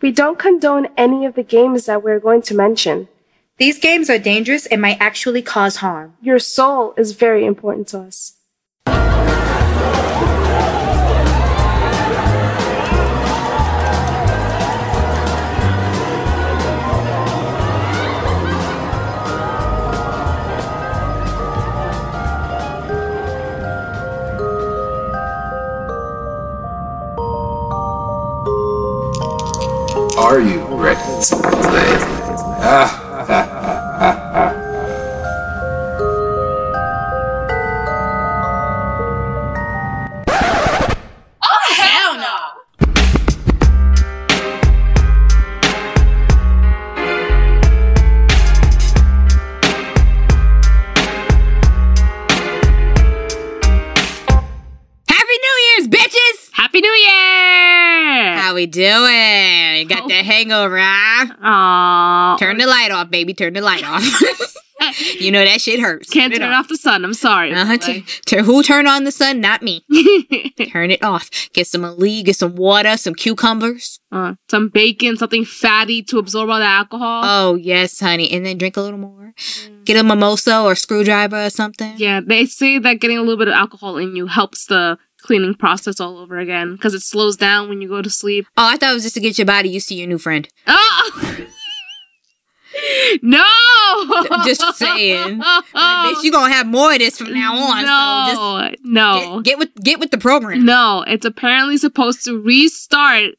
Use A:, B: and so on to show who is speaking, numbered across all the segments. A: We don't condone any of the games that we're going to mention.
B: These games are dangerous and might actually cause harm.
A: Your soul is very important to us.
C: Are you ready to play? Ah, ah, ah, ah,
D: Oh, hell no!
E: Happy New Year's, bitches!
F: Happy New Year!
E: How we doing? You
F: Oh.
E: got that hangover, huh?
F: Aww.
E: Turn the light off, baby. Turn the light off. you know that shit hurts.
F: Can't turn off the sun. I'm sorry.
E: Uh-huh. T- t- who turned on the sun? Not me. turn it off. Get some Ali, get some water, some cucumbers.
F: Uh, some bacon, something fatty to absorb all the alcohol.
E: Oh, yes, honey. And then drink a little more. Get a mimosa or screwdriver or something.
F: Mm. yeah, they say that getting a little bit of alcohol in you helps the cleaning process all over again because it slows down when you go to sleep.
E: Oh, I thought it was just to get your body used to your new friend.
F: Oh! no!
E: Just saying.
F: Oh.
E: Bitch, you gonna have more of this from now on.
F: No,
E: So
F: no.
E: just get, get with get with the program.
F: No, it's apparently supposed to restart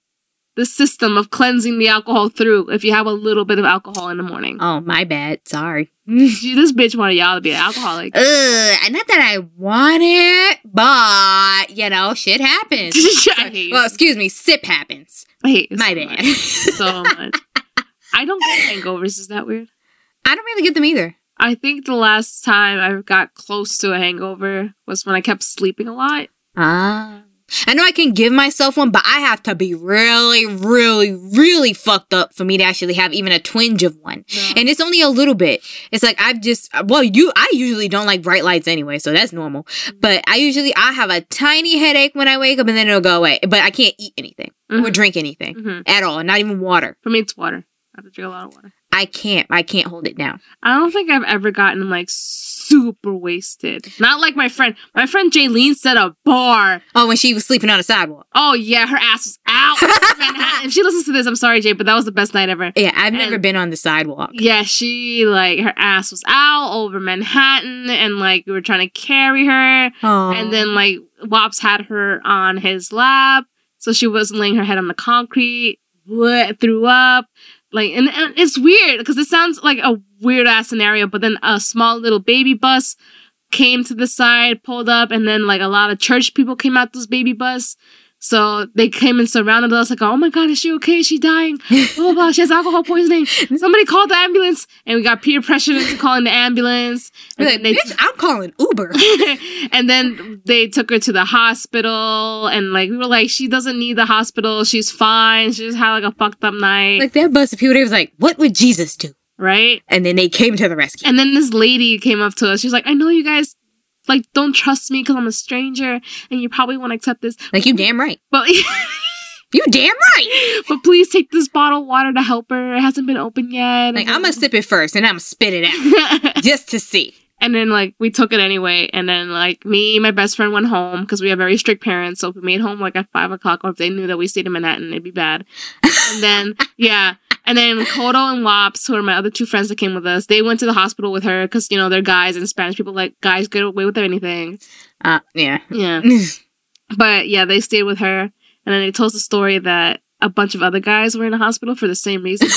F: the system of cleansing the alcohol through if you have a little bit of alcohol in the morning.
E: Oh, my bad. Sorry.
F: Gee, this bitch wanted y'all to be an
E: Uh,
F: alcoholic.
E: Ugh, not that I want it, but you know, shit happens.
F: I hate you.
E: well, excuse me, sip happens.
F: I hate you
E: My
F: so
E: bad.
F: much. so much. I don't get hangovers. Is that weird?
E: I don't really get them either.
F: I think the last time I got close to a hangover was when I kept sleeping a lot.
E: Ah. I know I can give myself one, but I have to be really, really, really fucked up for me to actually have even a twinge of one. And it's only a little bit. It's like I've just well, you I usually don't like bright lights anyway, so that's normal.
F: Mm-hmm.
E: But I usually I have a tiny headache when I wake up and then it'll go away. But I can't eat anything or
F: Mhm.
E: drink anything
F: Mhm.
E: at all, not even water.
F: For me, it's water. I have to drink a lot of water.
E: I can't. I can't hold it down.
F: I don't think I've ever gotten like super wasted. Not like my friend. My friend Jaylene set a bar.
E: Oh, when she was sleeping on the sidewalk.
F: Oh yeah, her ass was out. Manhattan. if she listens to this, I'm sorry, Jay, but that was the best night ever.
E: Yeah, I've never
F: And-
E: been on the sidewalk.
F: Yeah, she like her ass was out over Manhattan, and like we were trying to carry her,
E: Oh.
F: and then like Wops had her on his lap, so she was laying her head on the concrete. What threw up? Like, and, and it's weird because it sounds like a weird ass scenario, but then a small little baby bus came to the side, pulled up, and then like a lot of church people came out this baby bus. So they came and surrounded us, like, oh my god, is she okay? Is she dying? Blah blah blah. She has alcohol poisoning. Somebody called the ambulance, and we got peer pressured into calling the ambulance.
E: Be
F: And
E: like,
F: then they-
E: bitch, I'm calling Uber.
F: and then they took her to the hospital, and like we were like, she doesn't need the hospital. She's fine. She just had like a fucked up night,
E: like that bus of people, they was like, "What would Jesus do?"
F: right?
E: And then they came to the rescue.
F: And then this lady came up to us. She's like, I know you guys like don't trust me because I'm a stranger, and you probably won't accept this,
E: like you, damn right.
F: but
E: You damn right.
F: but please take this bottle of water to help her. It hasn't been opened yet.
E: Like I'm gonna sip it first, and I'm gonna spit it out just to see.
F: and then like we took it anyway and then like me and my best friend went home because we have very strict parents so if we made home like at five o'clock or if they knew that we stayed in manhattan it'd be bad and then yeah and then kodo and wops who are my other two friends that came with us they went to the hospital with her because you know they're guys and spanish people like guys get away with anything
E: Uh, yeah.
F: yeah but yeah they stayed with her and then they told us the story that a bunch of other guys were in the hospital for the same reason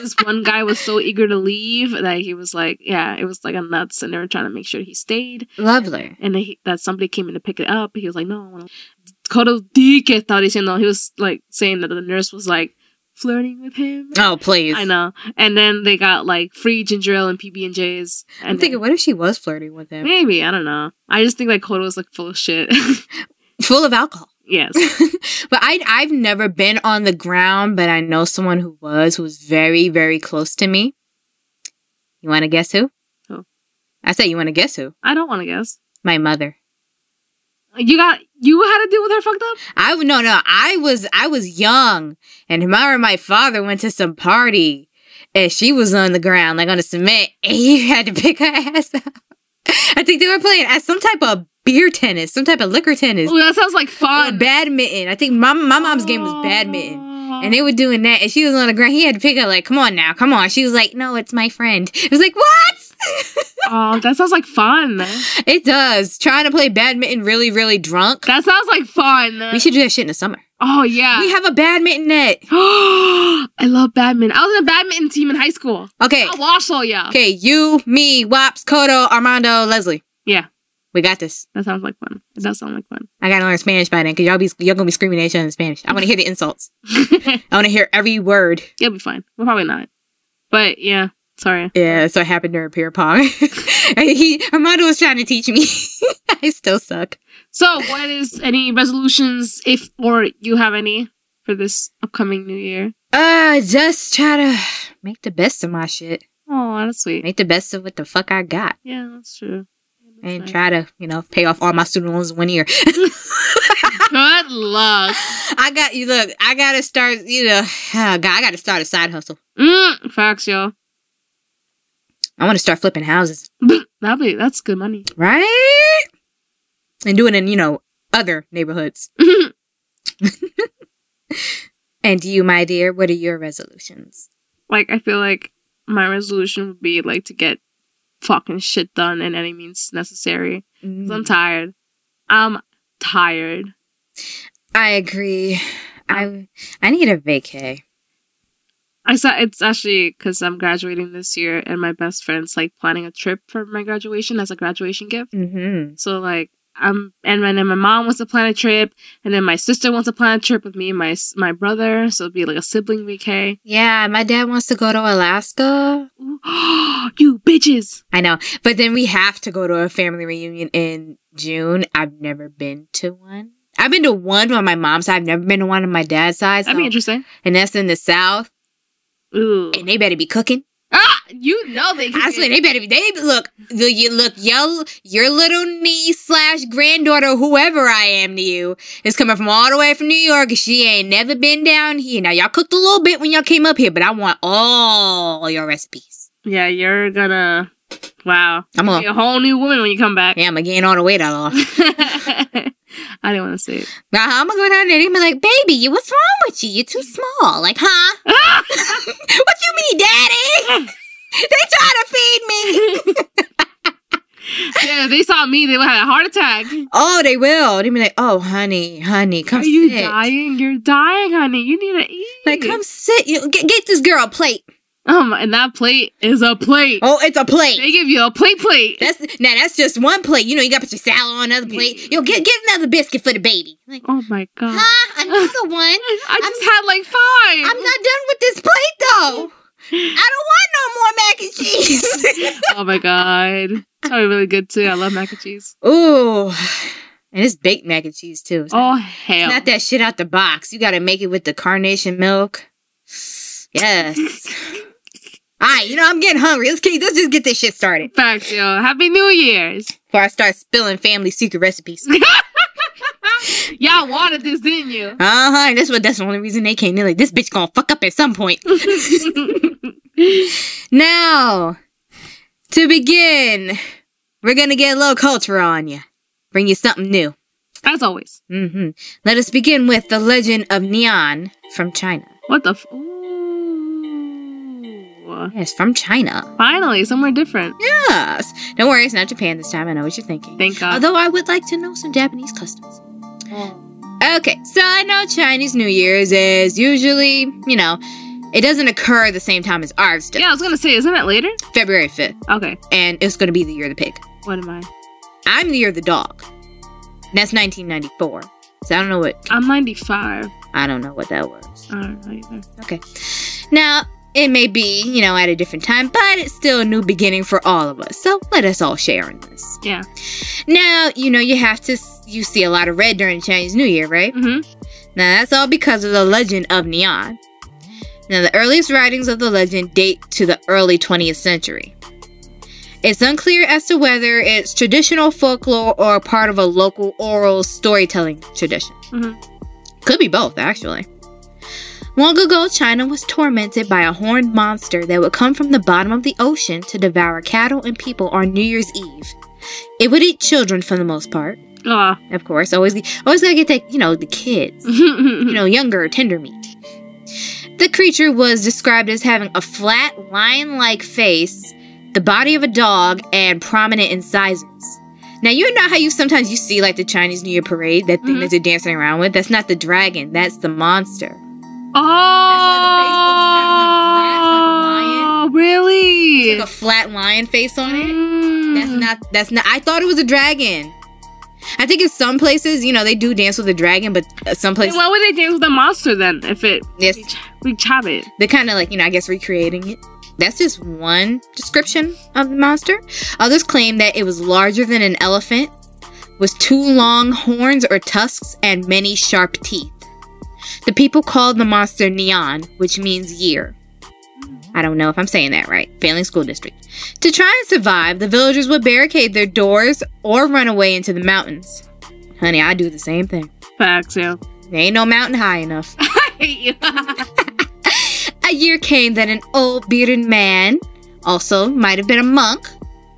F: this one guy was so eager to leave that he was like yeah it was like a nuts and they were trying to make sure he stayed
E: Lovely.
F: and then he, that somebody came in to pick it up. He was like, no, I wanna-" Kodo di que estaba diciendo. He was like saying that the nurse was like flirting with him.
E: Oh please.
F: I know. And then they got like free ginger ale and PB and J's.
E: I'm thinking, what if she was flirting with him,
F: maybe I don't know. I just think like Kodo was like full of shit.
E: full of alcohol?
F: yes.
E: but I I've never been on the ground, but I know someone who was who was very very close to me. You want to guess who?
F: Who?
E: I said you want to guess who?
F: I don't want to guess.
E: My mother.
F: You got You had to deal with her fucked up?
E: I no no. I was I was young, and Hamara, my father, went to some party, and she was on the ground like on the cement, and he had to pick her ass up. I think they were playing at some type of beer tennis, some type of liquor tennis,
F: Oh, that sounds like
E: or
F: fun. Oh.
E: badminton. I think my my mom's game was badminton. And
F: And
E: they were doing that, and she was on the ground. He had to pick her, like, come on now, come on. She was like, no, it's my friend. It was like, what?
F: oh, that sounds like fun.
E: it does. Trying to play badminton really, really drunk.
F: That sounds like fun.
E: We should do that shit in the summer.
F: oh yeah.
E: We have a badminton net.
F: I love badminton. I was in a badminton team in high school.
E: Okay.
F: I watched all y'all.
E: Okay, you, me, Wops, Kodo, Armando, Leslie.
F: Yeah.
E: We got this.
F: That sounds like fun. It does sound like fun.
E: I gotta learn Spanish by then, because y'all be y'all gonna be screaming at each other in Spanish. I wanna hear the insults. I wanna hear every word.
F: It'll be fine. We're probably not. But yeah, sorry.
E: Yeah, so it happened during Pier Pong. he Armando was trying to teach me. I still suck.
F: So, what is any resolutions, if or you have any, for this upcoming new year?
E: Uh just try to make the best of my shit.
F: Oh, that's sweet.
E: Make the best of what the fuck I got.
F: Yeah, that's true. That's
E: And
F: nice.
E: try to, you know, pay off all my student loans in one year.
F: Good luck.
E: I got you look, I gotta start, you know, oh God, I gotta start a side hustle.
F: Mm, facts, y'all.
E: I wanna start flipping houses.
F: That'll be that's good money.
E: Right? And do it in, you know, other neighborhoods. And you, my dear, what are your resolutions?
F: like I feel like my resolution would be like to get fucking shit done in any means necessary. 'Cause
E: Mm.
F: I'm tired. I'm tired.
E: I agree. I I need a vacay.
F: I saw it's actually because I'm graduating this year, and my best friend's like planning a trip for my graduation as a graduation gift.
E: Mm-hmm.
F: So like I'm, and then and my mom wants to plan a trip, and then my sister wants to plan a trip with me, and my s- my brother. So it'd be like a sibling vacay.
E: Yeah, my dad wants to go to Alaska.
F: you bitches!
E: I know, but then we have to go to a family reunion in June. I've never been to one. I've been to one on my mom's side. I've never been to one on my dad's side,
F: That'd be
E: so-
F: interesting.
E: and that's in the South.
F: Ooh.
E: And they better be cooking.
F: Ah, you know they.
E: I swear they better be. They look. the- You look. Your your little niece slash granddaughter, whoever I am to you, is coming from all the way from New York. and She ain't never been down here. Now y'all cooked a little bit when y'all came up here, but I want all your recipes.
F: Yeah, you're gonna. Wow.
E: I'm
F: Be
E: a
F: a whole new woman when you come back.
E: yeah. I'm gonna gain all the weight I lost.
F: I didn't want to say it.
E: Now Uh-huh, I'm gonna go down there and be like, baby, you what's wrong with you? You're too small. Like, huh? what you mean, daddy? they trying to feed me.
F: yeah, if they saw me, they would have a heart attack.
E: oh, they will. They be like, oh, honey, honey, come
F: Are you
E: sit.
F: dying? You're dying, honey. You need to eat.
E: Like, come sit. You get, get this girl a plate.
F: Um, and that plate is a plate.
E: Oh, it's a plate.
F: They give you a plate plate.
E: That's now. That's just one plate. You know, you got to put your salad on another plate. Yo, get get another biscuit for the baby. Like,
F: oh my god.
E: huh? Another one.
F: I just had like five.
E: I'm not done with this plate though. I don't want no more mac and cheese.
F: oh my god. It's probably really good too. I love mac and cheese.
E: Ooh. And it's baked mac and cheese too. It's
F: Oh hell.
E: not that shit out the box. You gotta make it with the carnation milk. Yes. Alright, you know, I'm getting hungry. Let's, get, let's just get this shit started
F: Facts, yo. Happy New Year's.
E: before I start spilling family secret recipes. Uh
F: Y'all wanted this, didn't you?
E: huh. Uh-huh, And that's what that's the only reason they came. They're like, this bitch gonna fuck up at some point. now, to begin, we're gonna get a little culture on you. Bring you something new.
F: As always.
E: hmm Let us begin with the legend of Nian from China.
F: What the f- Ooh.
E: Yes, from China.
F: Finally, somewhere different.
E: Yes. Don't worry, it's not Japan this time. I know what you're thinking.
F: Thank God.
E: Although I would like to know some Japanese customs. Okay, so I know Chinese New Year's is usually, you know, it doesn't occur the same time as ours does.
F: Yeah, I was gonna say, isn't it later?
E: February 5th,
F: Okay.
E: and it's going to be the year of the pig.
F: What am I?
E: I'm the year of the dog. And that's 1994. So I don't know what
F: I'm 95.
E: I don't know what that was.
F: I don't know either.
E: Okay. Now, it may be, you know, at a different time, but it's still a new beginning for all of us. So let us all share in this.
F: Yeah.
E: Now, you know, you have to, s- you see a lot of red during Chinese New Year, right?
F: Mm-hmm.
E: Now, that's all because of the legend of Neon. Now, the earliest writings of the legend date to the early 20th century. It's unclear as to whether it's traditional folklore or part of a local oral storytelling tradition.
F: Mhm.
E: Could be both, actually. Long ago, China was tormented by a horned monster that would come from the bottom of the ocean to devour cattle and people on New Year's Eve. It would eat children for the most part,
F: Oh.
E: of course. Always, always gotta get that, you know, the kids you
F: no.
E: know, younger, tender meat. The creature was described as having a flat, lion like face, the body of a dog, and prominent incisors. Now, you know how you sometimes you see like the Chinese New Year parade, that thing
F: Mhm.
E: that they're dancing around with? That's not the dragon, that's the monster.
F: Oh.
E: why
F: Really?
E: Like a flat lion face on it.
F: Mm.
E: That's not, that's not, I thought it was a dragon. I think in some places, you know, they do dance with a dragon, but uh, some
F: Then
E: places,
F: why would they dance with a monster then? If it
E: yes,
F: we chop it.
E: they're kind of like you know i guess recreating it that's just one description of the monster others claim that it was larger than an elephant was two long horns or tusks and many sharp teeth the people called the monster neon which means year I don't know if I'm saying that right. Failing school district. To try and survive, the villagers would barricade their doors or run away into the mountains. Honey, I do the same thing.
F: Facts, yeah.
E: There ain't no mountain high enough. A year came that an old bearded man, also might have been a monk,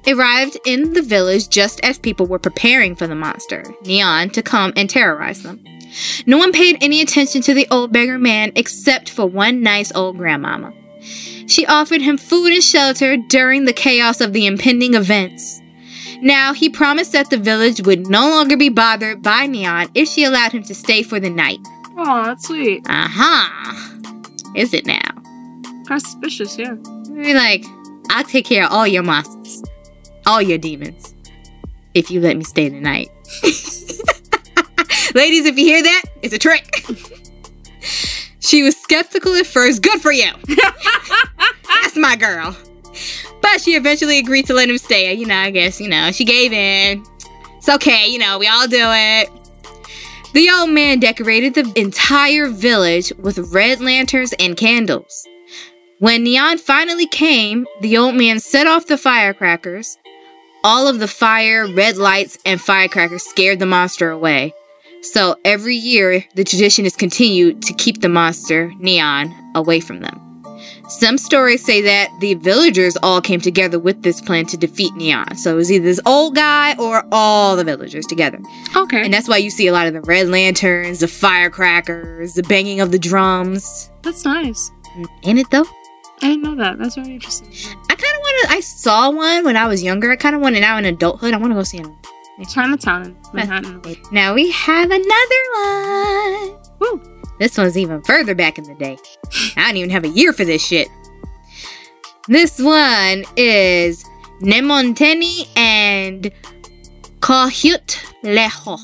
E: arrived in the village just as people were preparing for the monster, Neon, to come and terrorize them. No one paid any attention to the old beggar man except for one nice old grandmama. She offered him food and shelter during the chaos of the impending events. Now, he promised that the village would no longer be bothered by Neon if she allowed him to stay for the night.
F: Oh, that's sweet.
E: Aha! Is it now?
F: Kind of suspicious, yeah.
E: Be like, I'll take care of all your monsters, all your demons, if you let me stay tonight. Ladies, if you hear that, it's a trick. she was skeptical at first. Good for you. That's my girl. But she eventually agreed to let him stay. You know, I guess, you know, she gave in. It's okay, you know, we all do it. The old man decorated the entire village with red lanterns and candles. When Neon finally came, the old man set off the firecrackers. All of the fire, red lights, and firecrackers scared the monster away. So every year, the tradition is continued to keep the monster, Neon, away from them. Some stories say that the villagers all came together with this plan to defeat Neon. So it was either this old guy or all the villagers together.
F: Okay.
E: And that's why you see a lot of the red lanterns, the firecrackers, the banging of the drums.
F: that's nice.
E: Ain't it though?
F: I didn't know that. That's very interesting.
E: I kind of want to. I saw one when I was younger. I kind of want it now in adulthood. I want to go see them.
F: Chinatown in Manhattan.
E: Now we have another one. Woo. This one's even further back in the day. I don't even have a year for this shit. This one is Nemonteni and Kohyut Leho.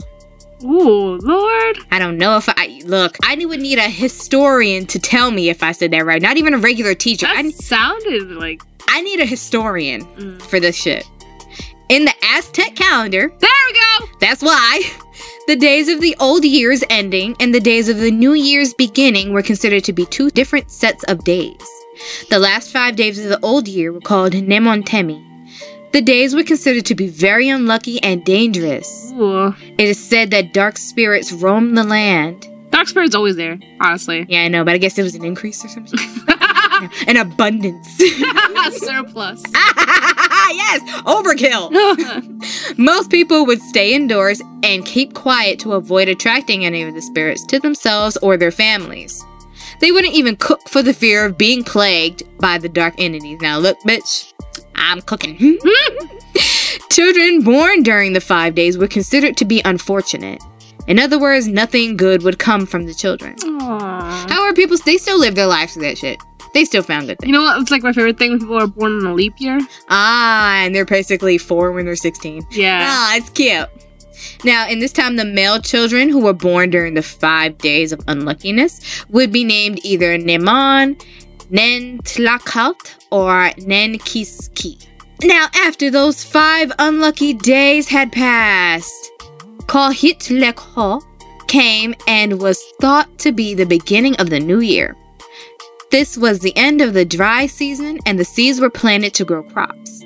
F: Ooh, Lord.
E: I don't know if I look. I would need a historian to tell me if I said that right. Not even a regular teacher.
F: That
E: I,
F: sounded like.
E: I need a historian
F: Mm.
E: for this shit. In the Aztec calendar,
F: There we go!
E: That's why the days of the old year's ending and the days of the new year's beginning were considered to be two different sets of days. The last five days of the old year were called Nemontemi. The days were considered to be very unlucky and dangerous.
F: Ooh.
E: It is said that dark spirits roam the land.
F: Dark Spirit's always there, honestly.
E: Yeah, I know, but I guess it was an increase or something. an abundance.
F: Surplus.
E: yes, overkill. Most people would stay indoors and keep quiet to avoid attracting any of the spirits to themselves or their families. They wouldn't even cook for the fear of being plagued by the dark entities. Now, look, bitch, I'm cooking. Children born during the five days were considered to be unfortunate. In other words, nothing good would come from the children.
F: Aww.
E: However, people they still live their lives through that shit. They still found good things.
F: You know what? It's like my favorite thing when people are born in a leap year.
E: Ah, and they're basically four when they're 16.
F: Yeah.
E: Ah, it's cute. Now, in this time, the male children who were born during the five days of unluckiness would be named either Neman, Nentlakalt, or Nenkiski. Now, after those five unlucky days had passed, Kohitlekho came and was thought to be the beginning of the new year. This was the end of the dry season, and the seeds were planted to grow crops.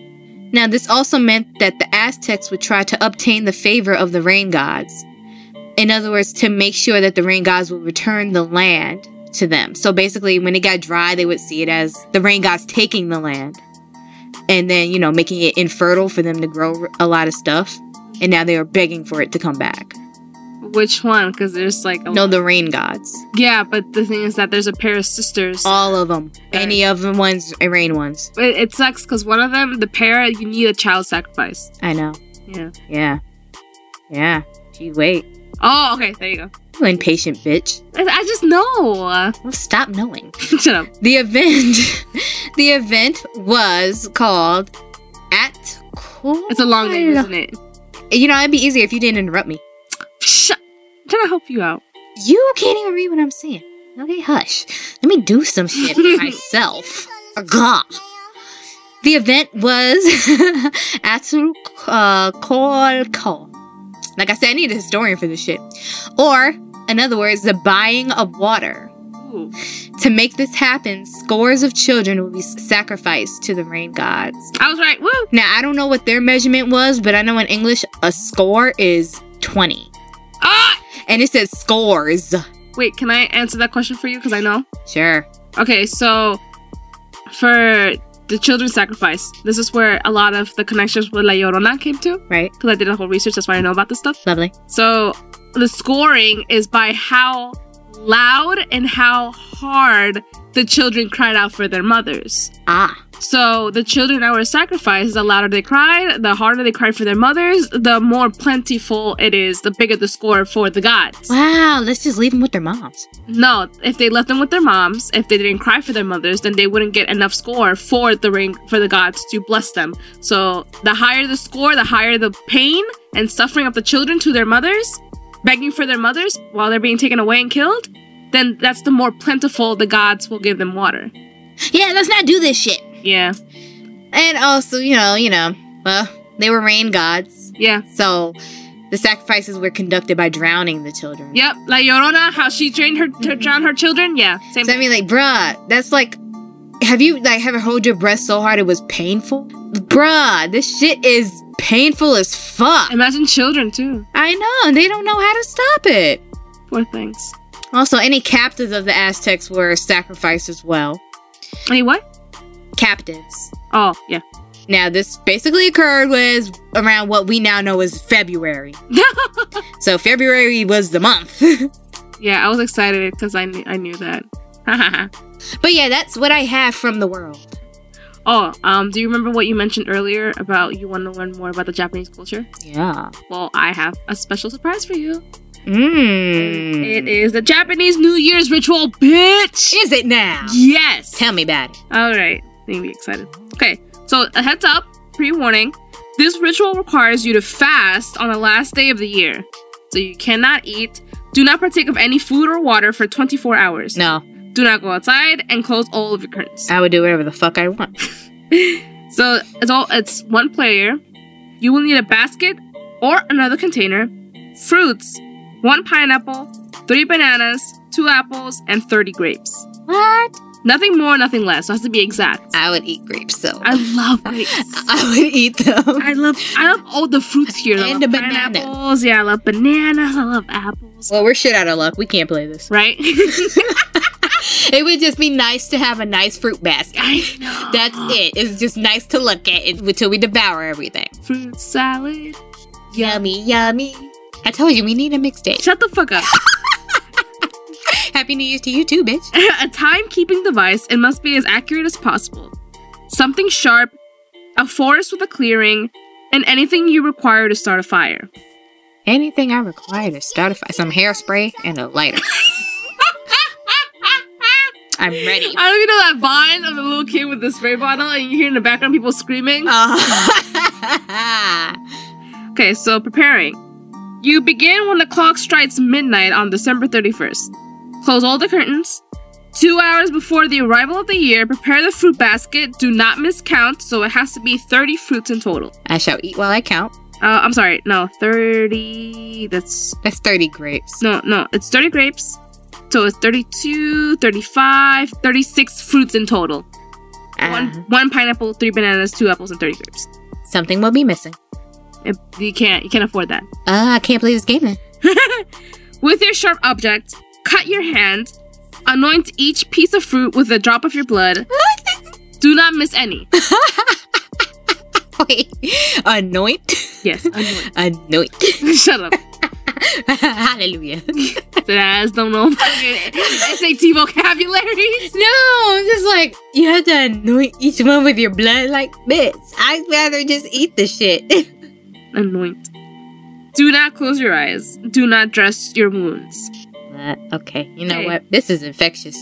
E: Now, this also meant that the Aztecs would try to obtain the favor of the rain gods. In other words, to make sure that the rain gods would return the land to them. So basically, when it got dry, they would see it as the rain gods taking the land and then, you know, making it infertile for them to grow a lot of stuff. And now they are begging for it to come back.
F: Which one? Because there's like a
E: No, the rain gods.
F: yeah, but the thing is that there's a pair of sisters.
E: All of them. Any of them ones, eh, rain ones.
F: It, it sucks because one of them, the pair, you need a child sacrifice.
E: I know.
F: Yeah.
E: Yeah. Yeah. Gee, wait.
F: Oh, okay. There you go.
E: You impatient bitch.
F: I, I just know.
E: Well, stop knowing.
F: Shut up.
E: The event, the event was called at.
F: It's a long name, isn't it?
E: You know, it'd be easier if you didn't interrupt me.
F: Shut. Can I help you out?
E: You can't even read what I'm saying. Okay, hush. Let me do some shit for myself. Agah. The event was at uh, Kolkata. Like I said, I need a historian for this shit. Or, in other words, the buying of water.
F: Ooh.
E: To make this happen, scores of children will be sacrificed to the rain gods.
F: I was right. Woo.
E: Now, I don't know what their measurement was, but I know in English, a score is 20.
F: Ah.
E: And it says scores.
F: Wait. Can I answer that question for you? Because I know.
E: Sure.
F: Okay. So, for the children's sacrifice, this is where a lot of the connections with La Llorona came to.
E: Right.
F: Because I did a whole research. That's why I know about this stuff.
E: Lovely.
F: So the scoring is by how loud and how hard the children cried out for their mothers.
E: Ah.
F: So the children that were sacrificed, the louder they cried, the harder they cried for their mothers, the more plentiful it is, the bigger the score for the gods.
E: Wow. Let's just leave them with their moms.
F: No, if they left them with their moms, if they didn't cry for their mothers, then they wouldn't get enough score for the ring for the gods to bless them. So the higher the score, the higher the pain and suffering of the children to their mothers, begging for their mothers while they're being taken away and killed, then that's the more plentiful the gods will give them water.
E: Yeah, let's not do this shit.
F: Yeah.
E: And also, you know, you know, well, they were rain gods.
F: Yeah.
E: So the sacrifices were conducted by drowning the children.
F: Yep. La Llorona, how she trained her to drown her children. Yeah. Same
E: So I mean, like, bruh, that's like, have you like ever hold your breath so hard it was painful? Bruh, this shit is painful as fuck.
F: Imagine children too.
E: I know, and they don't know how to stop it.
F: Poor things.
E: Also, any captives of the Aztecs were sacrificed as well.
F: Wait, what?
E: Captives.
F: Oh, yeah.
E: Now, this basically occurred was around what we now know as February. So February was the month.
F: Yeah, I was excited because I, kn- I knew that.
E: but yeah, that's what I have from the world.
F: oh, um, do you remember what you mentioned earlier about you want to learn more about the Japanese culture?
E: Yeah.
F: Well, I have a special surprise for you. It
E: Mmm.
F: is the Japanese New Year's ritual, bitch!
E: Is it now?
F: yes!
E: Tell me about it.
F: All right, I'm gonna be excited. Okay, so a heads up, pre-warning. This ritual requires you to fast on the last day of the year, so you cannot eat. Do not partake of any food or water for 24 hours.
E: No,
F: Do not go outside and close all of your curtains.
E: I would do whatever the fuck I want.
F: So it's all it's one player. You will need a basket or another container, fruits, one pineapple, three bananas, two apples, and 30 grapes.
E: What?
F: Nothing more, nothing less. So it has to be exact.
E: I would eat grapes, so
F: I love grapes.
E: I would eat them.
F: I love I love all the fruits here. I
E: And
F: love
E: the banana.
F: pineapples. Yeah, I love bananas. I love apples.
E: Well, we're shit out of luck. We can't play this.
F: Right?
E: It would just be nice to have a nice fruit basket.
F: I know.
E: That's it. It's just nice to look at it until we devour everything.
F: fruit salad.
E: Yummy, yummy. I told you we need a mixtape.
F: Shut the fuck up.
E: Happy New Year's to you too, bitch.
F: a timekeeping device, it must be as accurate as possible. Something sharp, a forest with a clearing, and anything you require to start a fire.
E: Anything I require to start a fire. Some hairspray and a lighter. I'm ready.
F: I don't even know that vine of the little kid with the spray bottle, and you hear in the background people screaming.
E: Uh,
F: Okay, so preparing. You begin when the clock strikes midnight on December 31st. Close all the curtains. Two hours before the arrival of the year, prepare the fruit basket. Do not miscount, so it has to be 30 fruits in total.
E: I shall eat while I count.
F: Uh, I'm sorry, no, 30. That's
E: That's 30 grapes.
F: No, no, it's 30 grapes. So it's 32, 35, 36 fruits in total.
E: Uh, Uh-huh.
F: One, one pineapple, three bananas, two apples, and 30 grapes.
E: Ah, something will be missing.
F: It, you can't you can't afford that.
E: Uh, I can't play this game then.
F: With your sharp object, cut your hand, anoint each piece of fruit with a drop of your blood. Do not miss any.
E: Wait, anoint,
F: Yes, anoint.
E: anoint.
F: Shut up.
E: Hallelujah.
F: That's don't know fucking SAT vocabularies.
E: No, I'm just like, you have to anoint each one with your blood. Like, bitch, I'd rather just eat the shit.
F: Anoint. Do not close your eyes. Do not dress your wounds.
E: Uh, okay, you know
F: Okay.
E: what? This is infectious.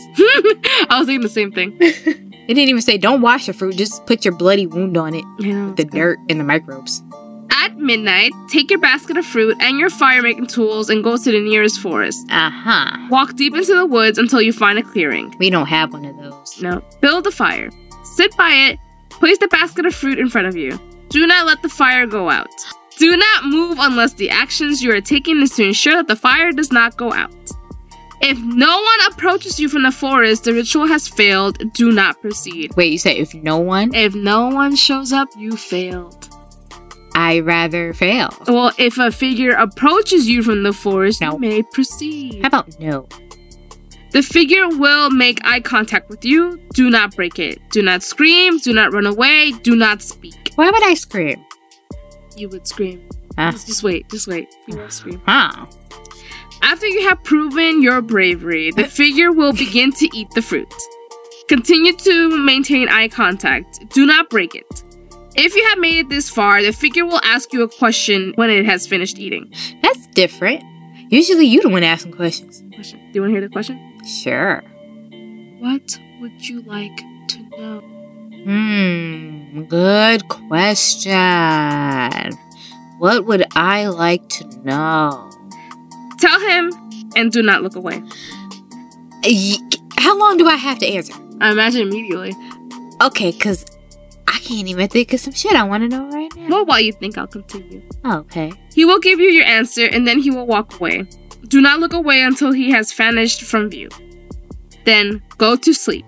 F: I was thinking the same thing.
E: It didn't even say don't wash your fruit, just put your bloody wound on it.
F: Yeah.
E: with The dirt and the microbes.
F: At midnight, take your basket of fruit and your fire-making tools and go to the nearest forest.
E: Uh huh.
F: Walk deep into the woods until you find a clearing.
E: We don't have one of those.
F: No. Build a fire. Sit by it. Place the basket of fruit in front of you. Do not let the fire go out. Do not move unless the actions you are taking is to ensure that the fire does not go out. If no one approaches you from the forest, the ritual has failed. Do not proceed.
E: Wait, you said if no one,
F: If no one shows up, you failed.
E: I rather fail. How
F: Well, if a figure approaches you from the forest,
E: No.
F: you may proceed.
E: about no?
F: The figure will make eye contact with you. Do not break it. Do not scream. Do not run away. Do not speak.
E: Why would I scream?
F: You would scream.
E: Ah.
F: Just, just wait. Just wait. You will scream.
E: Huh?
F: After you have proven your bravery, the figure will begin to eat the fruit. Continue to maintain eye contact. Do not break it. If you have made it this far, the figure will ask you a question when it has finished eating.
E: That's different. Usually you the one asking questions.
F: Question. Do you want to hear the question?
E: Sure.
F: What would you like to know?
E: Hmm. Good question. What would I like to know?
F: Tell him and do not look away.
E: Y- How long do I have to answer?
F: I imagine immediately.
E: Okay, cause I can't even think of some shit I want to know right now. Oh,
F: Well, while you think, I'll continue.
E: Okay.
F: He will give you your answer and then he will walk away. Do not look away until he has vanished from view. Then go to sleep.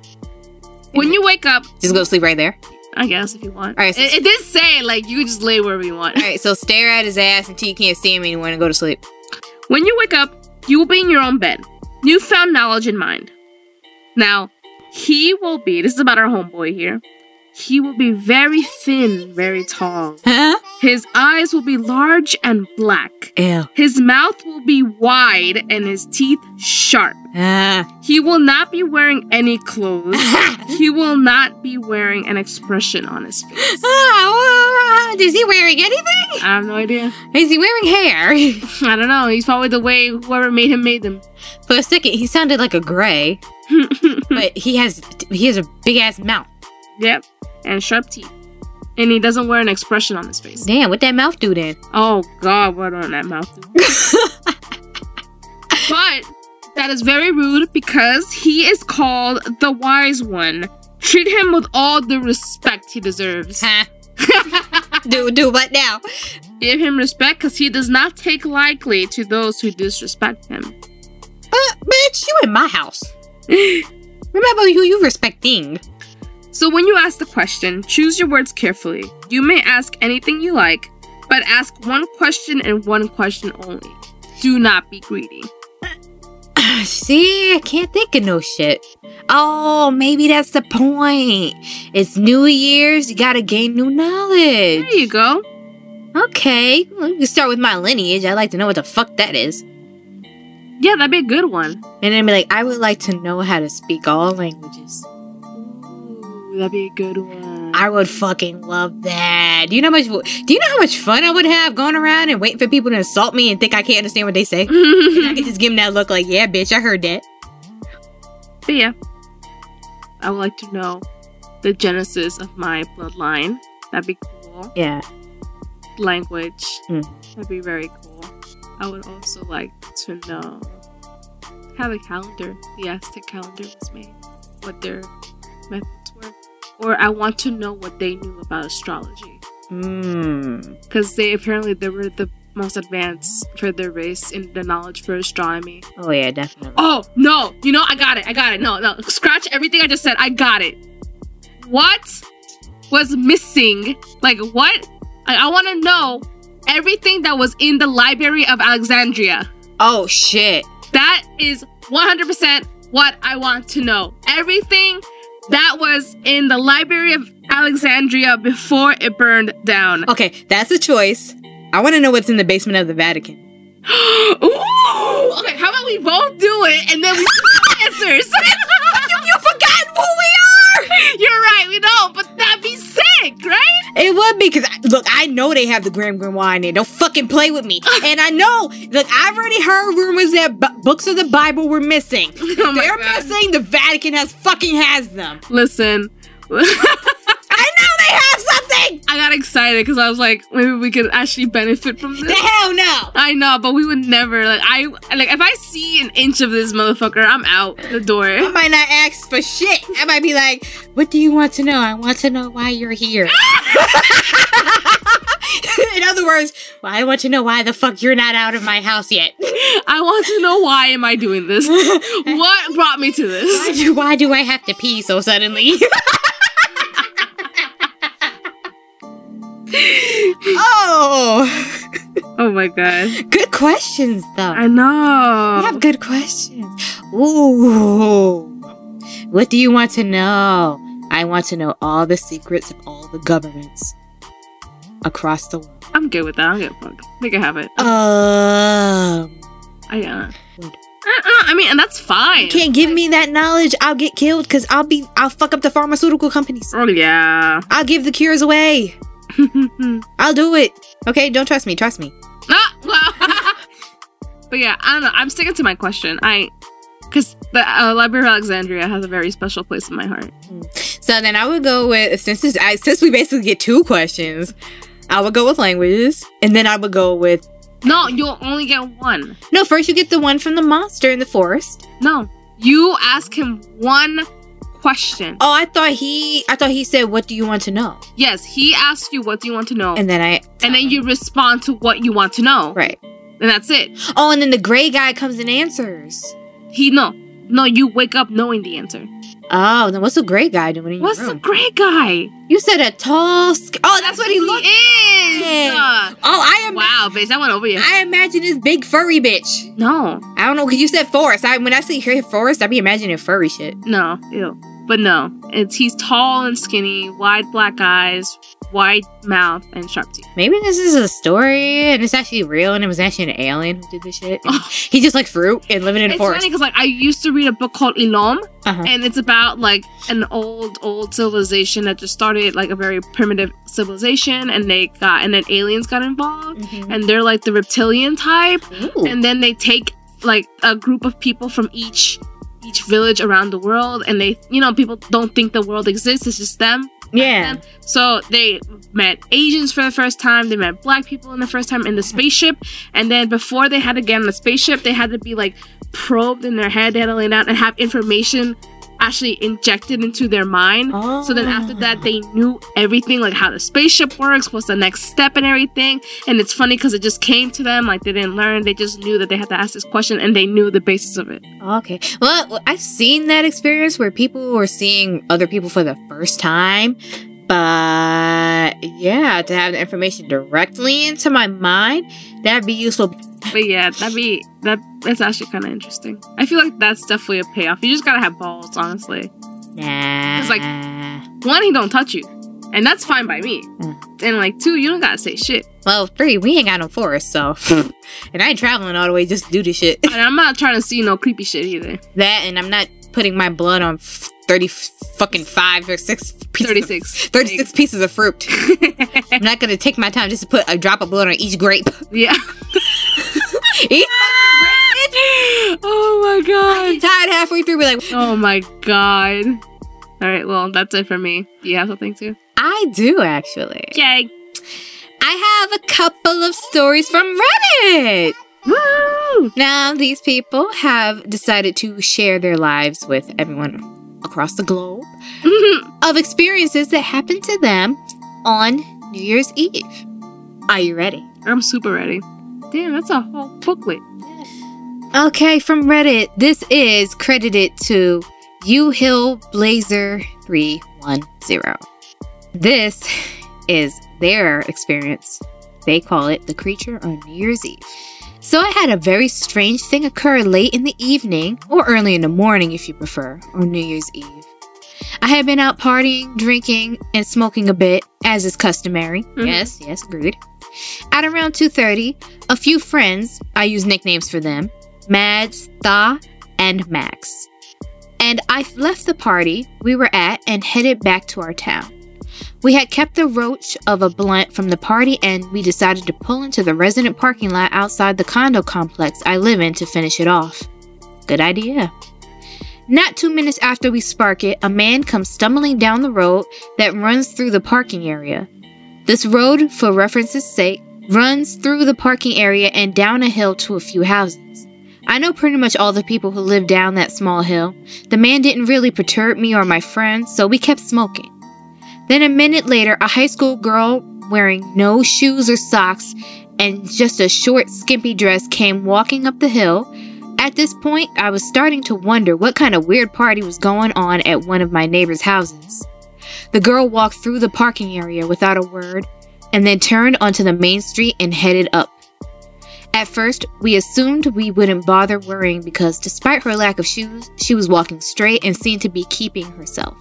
F: When you wake up,
E: Just go to sleep right there.
F: I guess if you want.
E: All right, so-
F: it, it did say like you just lay wherever you want.
E: All right, so stare at his ass until you can't see him and you want to go to sleep.
F: When you wake up, you will be in your own bed, newfound knowledge in mind. Now, he will be. This is about our homeboy here. He will be very thin, very tall.
E: Huh?
F: His eyes will be large and black.
E: Ew.
F: His mouth will be wide and his teeth sharp.
E: Ah.
F: He will not be wearing any clothes. he will not be wearing an expression on his face.
E: Ah, wha- is he wearing anything?
F: I have no idea.
E: Is he wearing hair?
F: I don't know. He's probably the way whoever made him made them.
E: For a second, he sounded like a gray, but he has he has a big ass mouth.
F: yep. And sharp teeth. And he doesn't wear an expression on his face.
E: Damn, what that mouth do then?
F: Oh God, what on that mouth? do? but that is very rude because he is called the wise one. Treat him with all the respect he deserves.
E: Huh? do do what now?
F: Give him respect because he does not take lightly to those who disrespect him.
E: Uh, bitch, you in my house. Remember who you respecting.
F: So when you ask the question, choose your words carefully. You may ask anything you like, but ask one question and one question only. Do not be greedy.
E: See, I can't think of no shit. Oh, maybe that's the point. It's New Year's, you gotta gain new
F: There
E: knowledge.
F: you go.
E: Okay, well, you can start with my lineage. I'd like to know what the fuck that is.
F: Yeah, that'd be a good one.
E: And then be like, I would like to know how to speak all languages.
F: Ooh, that'd be a good one.
E: I would fucking love that. Do you know how much? Do you know how much fun I would have going around and waiting for people to insult me and think I can't understand what they say? I
F: but
E: could just give them that look like, yeah, bitch, I heard that.
F: yeah, I would like to know the genesis of my bloodline. That'd be cool.
E: Yeah.
F: Language.
E: Mm.
F: That'd be very cool. I would also like to know how the calendar, the Aztec calendar, was made, what their methods were, or I want to know what they knew about astrology
E: Mmm.
F: because they apparently they were the most advanced for their race in the knowledge for astronomy.
E: Oh yeah, definitely.
F: Oh no! You know I got it. I got it. No, no. Scratch everything I just said. I got it. What was missing? Like what Like, I want to know everything that was in the Library of Alexandria.
E: Oh shit.
F: That is 100% what I want to know. Everything that was in the Library of Alexandria before it burned down.
E: Okay, that's a choice. I want to know what's in the basement of the Vatican.
F: Ooh! Okay, how about we both do it and then we see the answers? you, you forgot who we are! You're right, we know, but that'd be sick, right?
E: It would be because look, I know they have the Grand Grimoire in there. Don't fucking play with me.
F: Ah.
E: and I know, look, I've already heard rumors that b- books of the Bible were missing.
F: Oh my
E: They're
F: God.
E: missing. The Vatican has fucking has them.
F: Listen,
E: I know they have something.
F: I got excited because I was like, maybe we could actually benefit from
E: The
F: this.
E: hell no.
F: I know, but we would never like I like if I see an inch of this motherfucker, I'm out the
E: I
F: door.
E: might not ask for shit. I might be like, "What do you want to know? I want to know why you're here." in other words, well, I want to know why the fuck you're not out of my house yet.
F: I want to know why am I doing this? what brought me to
E: why,
F: this?
E: do, why do I have to pee so suddenly? oh,
F: Oh my god.
E: good questions though.
F: I
E: You
F: know.
E: have good questions. Ooh. What do you want to know? I want to know all the secrets of all the governments across the world.
F: I'm good with that. I'm good. Fuck. They can have it. Oh,
E: Um.
F: I uh,
E: Good.
F: uh-uh, I mean, and that's fine.
E: You can't give me that knowledge. I'll get killed because I'll be I'll fuck up the pharmaceutical companies.
F: Oh yeah.
E: I'll give the cures away. I'll do it. Okay, don't trust me. Trust me.
F: Ah, well. but yeah, I don't know. I'm sticking to my question. I, because the uh, Library of Alexandria has a very special place in my heart.
E: So then I would go with since this, I, since we basically get two questions, I would go with languages, and then I would go with
F: No, you'll only get one.
E: No, first you get the one from the monster in the forest.
F: No, you ask him one question.
E: Oh, I thought he I thought he said, What do you want to know?
F: Yes, he asks you what do you want to know,
E: And
F: and,
E: then I
F: then you respond to what you want to know,
E: Right.
F: and that's it.
E: Oh, and then the gray guy comes and answers.
F: He no, no, you wake up knowing the answer.
E: Oh, then what's the gray guy doing in your
F: What's the
E: room?
F: great guy?
E: you said a tall sc- Oh, that's what he
F: Who
E: looked
F: is.
E: Yeah. Oh, I am
F: wow, bitch, that went over you.
E: I imagine this big furry bitch.
F: no,
E: I don't know, cause you said forest. I when I see here forest, I be imagining furry shit.
F: no, ew. But no, it's he's tall and skinny, wide black eyes, wide mouth, and sharp teeth.
E: Maybe this is a story and it's actually real and it was actually an alien who did this shit. he just like fruit and living in a
F: It's funny
E: forest.
F: because like I used to read a book called Ilom,
E: Uh-huh.
F: and it's about like an old old civilization that just started like a very primitive civilization, and they got and then aliens got involved,
E: Mhm.
F: and they're like the reptilian type,
E: Ooh.
F: and then they take like a group of people from each each village around the world and they you know people don't think the world exists it's just them
E: yeah.
F: so they met asians for the first time they met black people in the first time in the spaceship and then before they had to get on the spaceship they had to be like probed in their head they had to lay down and have information actually injected into their mind so then after that, they knew everything, like how the spaceship works, what's the next step, and everything. And it's funny because it just came to them, like they didn't learn, they just knew that they had to ask this question, and they knew the basis of it.
E: Okay. Well, I've seen that experience where people were seeing other people for the first time. But yeah, to have the information directly into my mind, that'd be useful.
F: But yeah, that'd be that. That's actually kind of interesting. I feel like that's definitely a payoff. You just gotta have balls, honestly.
E: Nah.
F: It's like- One, he don't touch you, and that's fine by me. And like two, you don't gotta say shit.
E: well, three, we ain't got no forest, so.
F: Hmm.
E: and I ain't traveling all the way just to do this shit.
F: And I'm not trying to see no creepy shit either.
E: that, and I'm not putting my blood on f- 30 f- fucking five or six pieces.
F: Thirty
E: of-
F: six.
E: 36 pieces of fruit. I'm not gonna take my time just to put a drop of blood on each grape.
F: Yeah.
E: Each
F: oh my god.
E: I'm tired halfway through, be like,
F: Oh my god. All right, well, that's it for me. Do you have something too?
E: I do actually.
F: Yay.
E: I have a couple of stories from Reddit.
F: Woo!
E: Now, these people have decided to share their lives with everyone across the globe of experiences that happened to them on New Year's Eve. Are you ready?
F: I'm super ready. Damn, that's a whole booklet.
E: Okay, from Reddit, this is credited to U Hill Blazer 310. This is
B: their experience. They call it the creature on New Year's Eve. So I had a very strange thing occur late in the evening, or early in the morning if you prefer, on New Year's Eve. I had been out partying, drinking, and smoking a bit, as is customary.
F: Mhm.
B: Yes, yes, agreed. At around 2:30, a few friends, I use nicknames for them, Mads, Tha, and Max. And I left the party we were at and headed back to our town. We had kept the roach of a blunt from the party and we decided to pull into the resident parking lot outside the condo complex I live in to finish it off. Good idea. Not two minutes after we spark it, a man comes stumbling down the road that runs through the parking area. This road, for reference's sake, runs through the parking area and down a hill to a few houses. I know pretty much all the people who live down that small hill. The man didn't really perturb me or my friends, so we kept smoking. Then a minute later, a high school girl wearing no shoes or socks and just a short, skimpy dress came walking up the hill. At this point, I was starting to wonder what kind of weird party was going on at one of my neighbor's houses. The girl walked through the parking area without a word and then turned onto the main street and headed up. At first, we assumed we wouldn't bother worrying because, despite her lack of shoes, she was walking straight and seemed to be keeping herself.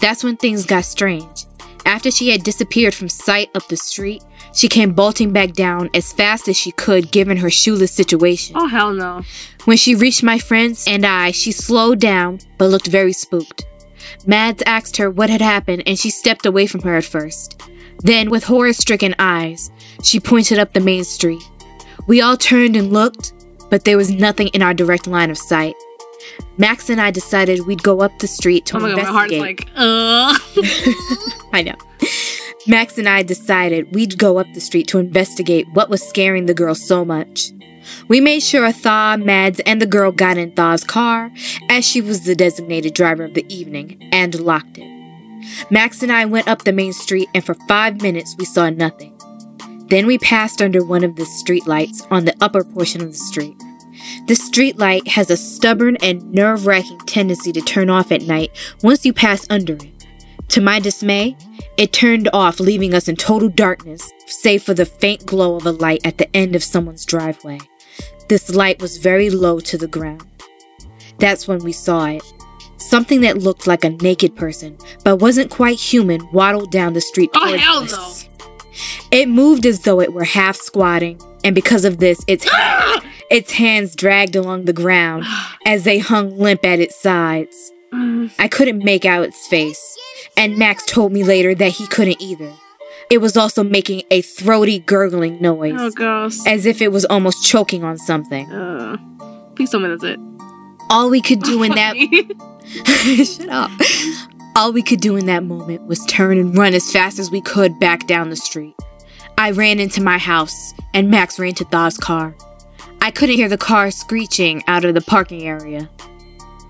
B: That's when things got strange. After she had disappeared from sight up the street, she came bolting back down as fast as she could given her shoeless situation.
F: Oh hell no.
B: When she reached my friends and I, she slowed down but looked very spooked. Mads asked her what had happened and she stepped away from her at first. Then, with horror stricken eyes, she pointed up the main street. We all turned and looked, but there was nothing in our direct line of sight. Max and I decided we'd go up the street to
F: Oh my god, my
B: investigate.
F: heart's like, uh
B: I know. Max and I decided we'd go up the street to investigate what was scaring the girl so much. We made sure Thaw, Mads, and the girl got in Thaw's car, as she was the designated driver of the evening, and locked it. Max and I went up the main street, and for five minutes we saw nothing. Then we passed under one of the streetlights on the upper portion of the street. The streetlight has a stubborn and nerve wracking tendency to turn off at night once you pass under it. To my dismay, it turned off, leaving us in total darkness, save for the faint glow of a light at the end of someone's driveway. This light was very low to the ground. That's when we saw it. Something that looked like a naked person, but wasn't quite human, waddled down the street.
F: Oh,
B: towards
F: hell
B: us. It moved as though it were half squatting, and because of this, its its hands dragged along the ground as they hung limp at its sides.
F: no.
B: I couldn't make out its face, and Max told me later that he couldn't either. It was also making a throaty gurgling noise,
F: Oh gross.
B: as if it was almost choking on something.
F: Uh, please tell me that's it.
B: All we could do in that
F: Fuck me.
B: Shut up. All we could do in that moment was turn and run as fast as we could back down the street. I ran into my house, and Max ran to Thaw's car. I couldn't hear the car screeching out of the parking area.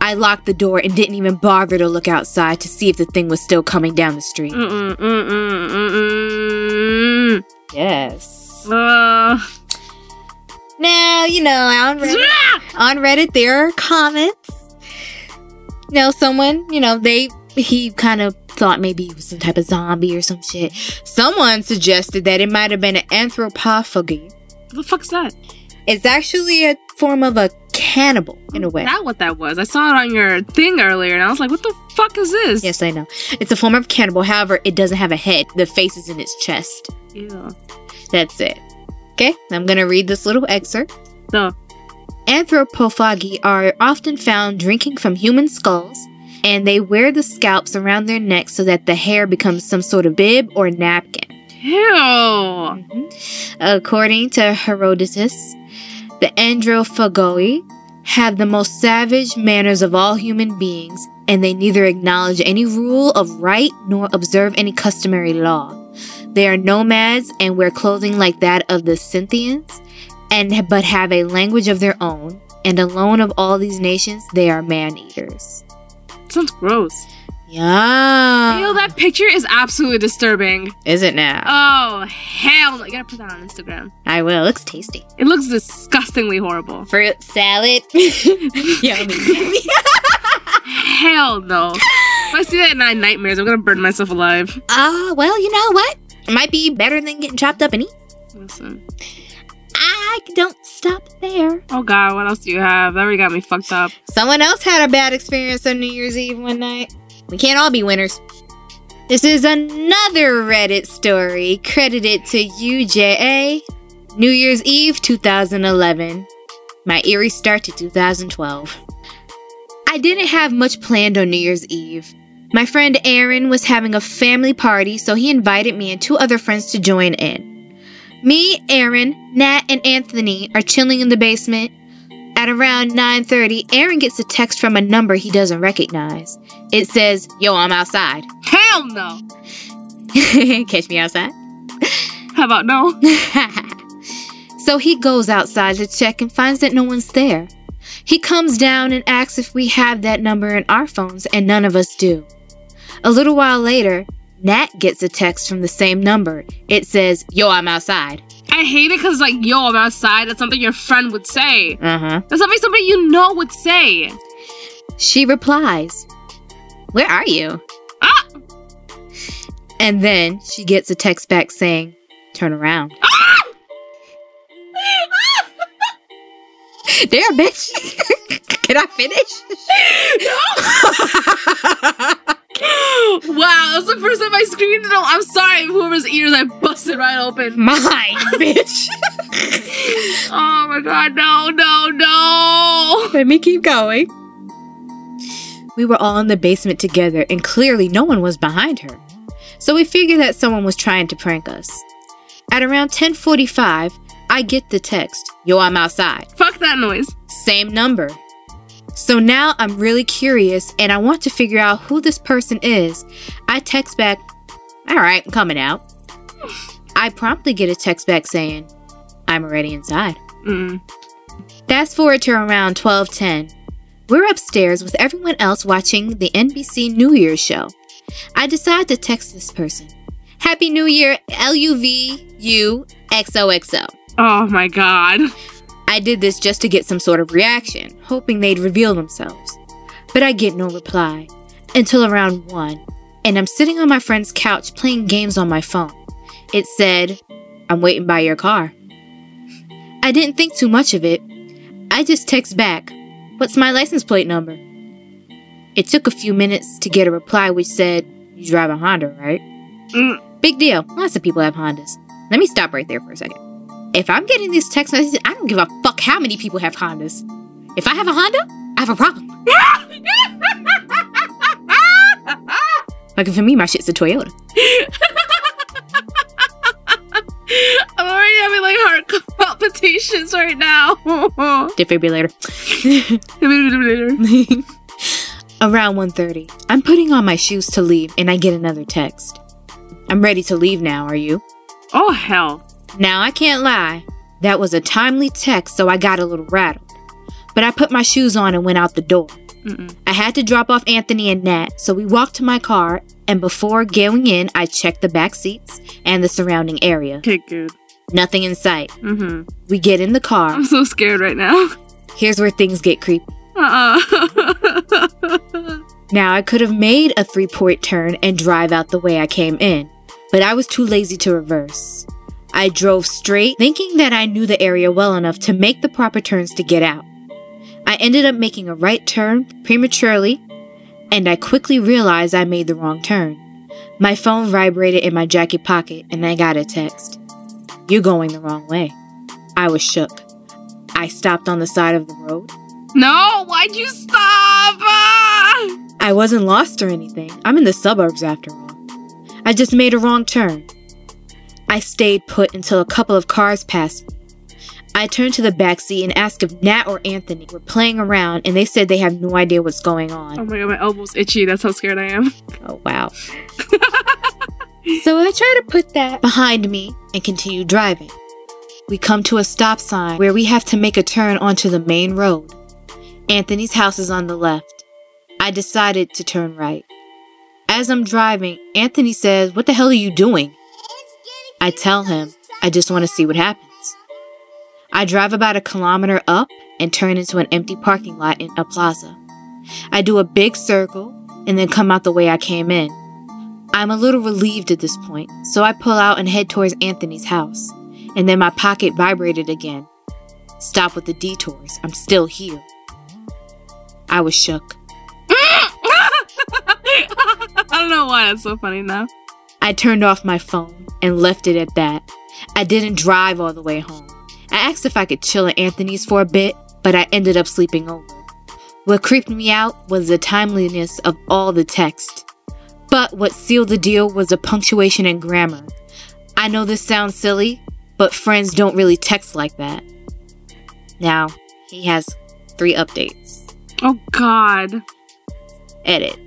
B: I locked the door and didn't even bother to look outside to see if the thing was still coming down the street.
F: Mm-mm, mm-mm, mm-mm.
B: Yes.
F: Uh,
B: Now, you know, on Reddit, on Reddit there are comments. You know, someone, you know, they he kind of thought maybe it was some type of zombie or some shit. Someone suggested that it might have been an anthropophagy.
F: what the fuck's that?
B: It's actually a form of a cannibal in a way.
F: That what that was? I saw it on your thing earlier, and I was like, what the fuck is this?
B: Yes, I know. It's a form of cannibal. However, it doesn't have a head. The face is in its chest.
F: Ew.
B: That's it. Okay, I'm gonna read this little excerpt.
F: So,
B: Anthropophagi are often found drinking from human skulls, and they wear the scalps around their necks so that the hair becomes some sort of bib or napkin.
F: ew.
B: Mm-hmm. According to Herodotus, the Androphagoi have the most savage manners of all human beings, and they neither acknowledge any rule of right nor observe any customary law. They are nomads and wear clothing like that of the Scythians, and but have a language of their own. And alone of all these nations, they are man eaters.
F: Sounds gross. Ew,
B: Yeah,
F: that picture is absolutely disturbing.
B: is it now?
F: Oh, hell no. You gotta put that on Instagram.
B: I will. Looks tasty.
F: It looks disgustingly horrible.
B: Fruit salad. Yummy.
F: Hell no. If I see that in my nightmares, I'm gonna burn myself alive.
B: Ah, Uh, well, you know what? Might be better than getting chopped up and eat.
F: Listen.
B: I don't stop there.
F: Oh God, what else do you have? That already got me fucked up.
B: Someone else had a bad experience on New Year's Eve one night. We can't all be winners. This is another Reddit story credited to UJA. New Year's Eve 2011. My eerie start to 2012. I didn't have much planned on New Year's Eve. My friend Aaron was having a family party, so he invited me and two other friends to join in. Me, Aaron, Nat, and Anthony are chilling in the basement. At around 9:30, Aaron gets a text from a number he doesn't recognize. It says, "Yo, I'm outside.
F: Hell no.
B: Catch me outside."
F: How about no?
B: so he goes outside to check and finds that no one's there. He comes down and asks if we have that number in our phones, and none of us do. A little while later, Nat gets a text from the same number. It says, Yo, I'm outside.
F: I hate it because like, yo, I'm outside. That's something your friend would say.
B: Uh huh.
F: That's something somebody you know would say.
B: She replies, Where are you?
F: Ah!
B: And then she gets a text back saying, Turn around. There, bitch. Can I finish?
F: wow, that's the first time I screamed. No, I'm sorry, whoever's ears I busted right open.
B: Mine, bitch.
F: Oh my god, no, no, no.
B: Let me keep going. We were all in the basement together, and clearly no one was behind her. So we figured that someone was trying to prank us. At around 10:45, I get the text, "Yo, I'm outside."
F: Fuck that noise.
B: Same number. So now I'm really curious and I want to figure out who this person is. I text back, "All right, I'm coming out." I promptly get a text back saying, "I'm already inside."
F: Mm.
B: Fast forward to around 12:10. We're upstairs with everyone else watching the NBC New Year's show. I decide to text this person. Happy New Year, LUVU XOXO.
F: Oh my god.
B: I did this just to get some sort of reaction, hoping they'd reveal themselves. But I get no reply until around 1, and I'm sitting on my friend's couch playing games on my phone. It said, I'm waiting by your car. I didn't think too much of it. I just text back, What's my license plate number? It took a few minutes to get a reply which said, You drive a Honda, right?
F: Mm.
B: Big deal. Lots of people have Hondas. Let me stop right there for a second. If I'm getting these text messages, I don't give a fuck how many people have Hondas. If I have a Honda, I have a problem. Like for me, my shit's a Toyota.
F: I'm already having like heart palpitations right now.
B: Defibrillator. Around 1:30, I'm putting on my shoes to leave and I get another text. I'm ready to leave now, are you?
F: oh hell.
B: Now I can't lie. That was a timely text, so I got a little rattled. But I put my shoes on and went out the door.
F: Mm-mm.
B: I had to drop off Anthony and Nat, so we walked to my car, and before going in, I checked the back seats and the surrounding area.
F: Okay, good.
B: Nothing in sight.
F: hmm
B: We get in the car.
F: I'm so scared right now.
B: Here's where things get creepy.
F: Uh-uh.
B: Now, I could have made a three point turn and drive out the way I came in, but I was too lazy to reverse. I drove straight, thinking that I knew the area well enough to make the proper turns to get out. I ended up making a right turn prematurely, and I quickly realized I made the wrong turn. My phone vibrated in my jacket pocket, and I got a text You're going the wrong way. I was shook. I stopped on the side of the road.
F: no, why'd you stop? Ah!
B: I wasn't lost or anything. I'm in the suburbs after all. I just made a wrong turn. I stayed put until a couple of cars passed me. I turned to the back seat and asked if Nat or Anthony were playing around, and they said they have no idea what's going on.
F: Oh my god, my elbow's itchy. That's how scared I am.
B: Oh, wow. so I try to put that behind me and continue driving. We come to a stop sign where we have to make a turn onto the main road. Anthony's house is on the left. I decided to turn right. As I'm driving, Anthony says, What the hell are you doing? I tell him, I just want to see what happens. I drive about a kilometer up and turn into an empty parking lot in a plaza. I do a big circle and then come out the way I came in. I'm a little relieved at this point, so I pull out and head towards Anthony's house. And then my pocket vibrated again. Stop with the detours. I'm still here. I was shook.
F: I don't know why that's so funny now.
B: I turned off my phone and left it at that. I didn't drive all the way home. I asked if I could chill at Anthony's for a bit, but I ended up sleeping over. What creeped me out was the timeliness of all the text. But what sealed the deal was the punctuation and grammar. I know this sounds silly, but friends don't really text like that. Now, he has three updates
F: Oh God.
B: edit.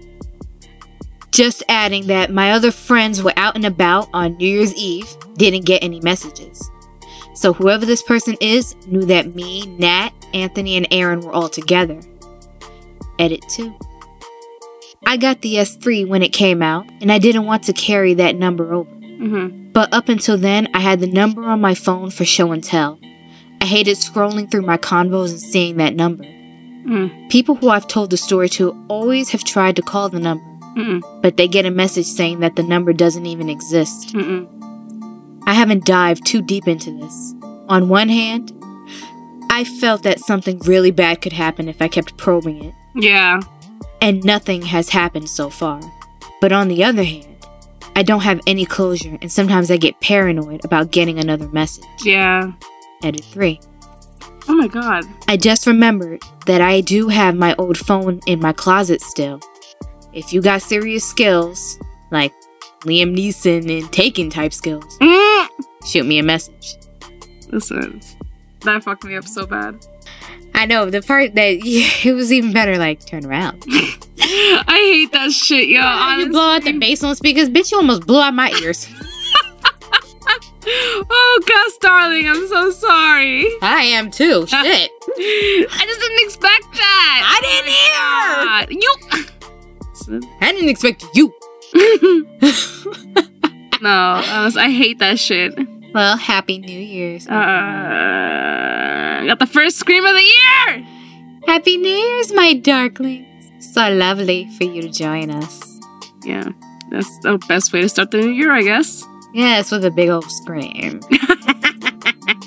B: Just adding that my other friends were out and about on New Year's Eve, didn't get any messages. So whoever this person is knew that me, Nat, Anthony, and Aaron were all together. Edit 2. I got the S3 when it came out, and I didn't want to carry that number over.
F: Mm-hmm.
B: But up until then, I had the number on my phone for show and tell. I hated scrolling through my convos and seeing that number.
F: Mm.
B: People who I've told the story to always have tried to call the number,
F: Mm-mm.
B: but they get a message saying that the number doesn't even exist.
F: Mm-mm.
B: I haven't dived too deep into this. On one hand, I felt that something really bad could happen if I kept probing it,
F: Yeah.
B: and nothing has happened so far. But on the other hand, I don't have any closure, and sometimes I get paranoid about getting another message.
F: Yeah.
B: Edit 3.
F: Oh my God.
B: I just remembered that I do have my old phone in my closet still. If you got serious skills, like Liam Neeson and Taken type skills,
F: Mm.
B: shoot me a message.
F: Listen, that fucked me up so bad.
B: I know the part that it was even better, like turn around.
F: I hate that shit, yo.
B: you blow
F: Honestly.
B: out the bass on speakers, bitch. You almost blew out my ears.
F: Oh, Gus, darling, I'm so sorry.
B: I am too. Shit.
F: I just didn't expect that.
B: I
F: didn't hear. You.
B: didn't hear. I didn't expect you.
F: no, I, was, I hate that shit.
B: Well, happy New Year's.
F: Uh-uh. Uh, got the first scream of the year.
B: happy New Year's, my darklings. So lovely for you to join us.
F: Yeah, that's the best way to start the new year, I guess.
B: Yes, with a big old scream.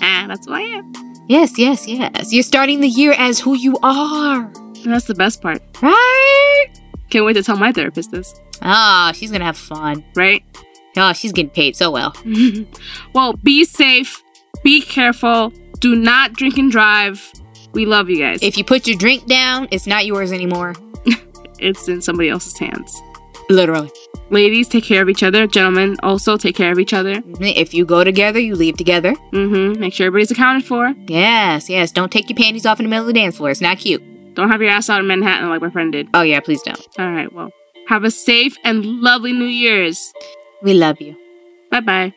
F: Ah, that's why I am.
B: Yes, yes, yes. You're starting the year as who you are,
F: That's the best part.
B: right?
F: Can't wait to tell my therapist this.
B: Oh, she's gonna have fun.
F: Right?
B: Oh, she's getting paid so well.
F: well, be safe. Be careful. Do not drink and drive. We love you guys.
B: If you put your drink down, it's not yours anymore.
F: it's in somebody else's hands.
B: Literally.
F: Ladies, take care of each other. Gentlemen, also take care of each other.
B: If you go together, you leave together.
F: hmm Make sure everybody's accounted for.
B: Yes, yes. Don't take your panties off in the middle of the dance floor. It's not cute.
F: Don't have your ass out in Manhattan like my friend did.
B: Oh, yeah, please don't.
F: All right, well, have a safe and lovely New Year's.
B: We love you.
F: Bye bye.